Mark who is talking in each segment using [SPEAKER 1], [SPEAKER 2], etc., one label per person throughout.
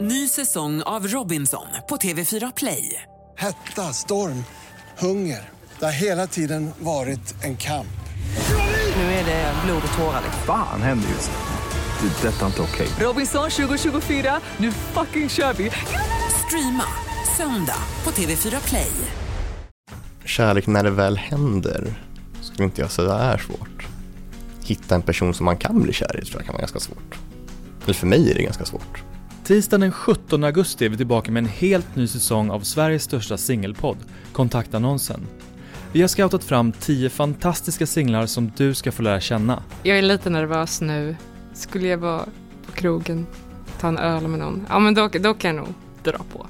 [SPEAKER 1] Ny säsong av Robinson på TV4 Play.
[SPEAKER 2] Hetta, storm, hunger. Det har hela tiden varit en kamp.
[SPEAKER 1] Nu är det blod och tårar. liksom.
[SPEAKER 3] Fan händer just nu. Det. är Detta är inte okej.
[SPEAKER 1] Robinson 2024, nu fucking kör vi! Streama söndag på TV4 Play.
[SPEAKER 4] kärlek när det väl händer skulle inte jag säga är svårt. Hitta en person som man kan bli kär i tror jag kan vara ganska svårt. Eller för mig är det ganska svårt.
[SPEAKER 5] Tisdagen den 17 augusti är vi tillbaka med en helt ny säsong av Sveriges största singelpodd, Kontaktannonsen. Vi har scoutat fram 10 fantastiska singlar som du ska få lära känna.
[SPEAKER 6] Jag är lite nervös nu. Skulle jag vara på krogen, ta en öl med någon, ja men då, då kan jag nog dra på.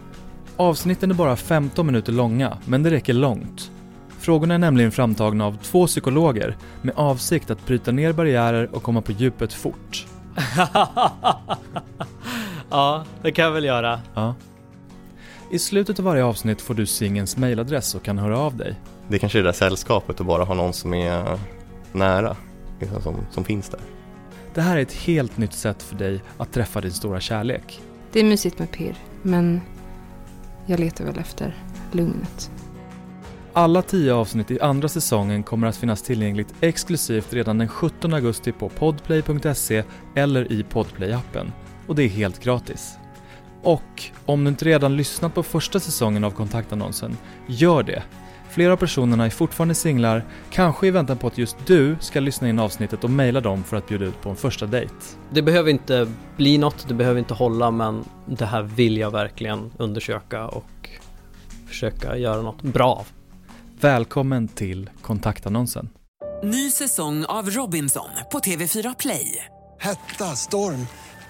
[SPEAKER 5] Avsnitten är bara 15 minuter långa, men det räcker långt. Frågorna är nämligen framtagna av två psykologer med avsikt att bryta ner barriärer och komma på djupet fort.
[SPEAKER 7] ja, det kan jag väl göra.
[SPEAKER 5] Ja. I slutet av varje avsnitt får du singens mailadress och kan höra av dig.
[SPEAKER 4] Det kanske är det där sällskapet att bara ha någon som är nära, liksom som, som finns där.
[SPEAKER 5] Det här är ett helt nytt sätt för dig att träffa din stora kärlek.
[SPEAKER 6] Det är mysigt med pirr, men jag letar väl efter lugnet.
[SPEAKER 5] Alla tio avsnitt i andra säsongen kommer att finnas tillgängligt exklusivt redan den 17 augusti på podplay.se eller i Podplay-appen. Och det är helt gratis. Och om du inte redan lyssnat på första säsongen av kontaktannonsen, gör det! Flera av personerna är fortfarande singlar, kanske i väntan på att just du ska lyssna in avsnittet och mejla dem för att bjuda ut på en första dejt.
[SPEAKER 7] Det behöver inte bli något, det behöver inte hålla men det här vill jag verkligen undersöka och försöka göra något bra av.
[SPEAKER 5] Välkommen till kontaktannonsen.
[SPEAKER 1] Ny säsong av Robinson på TV4 Play.
[SPEAKER 2] Hetta, storm,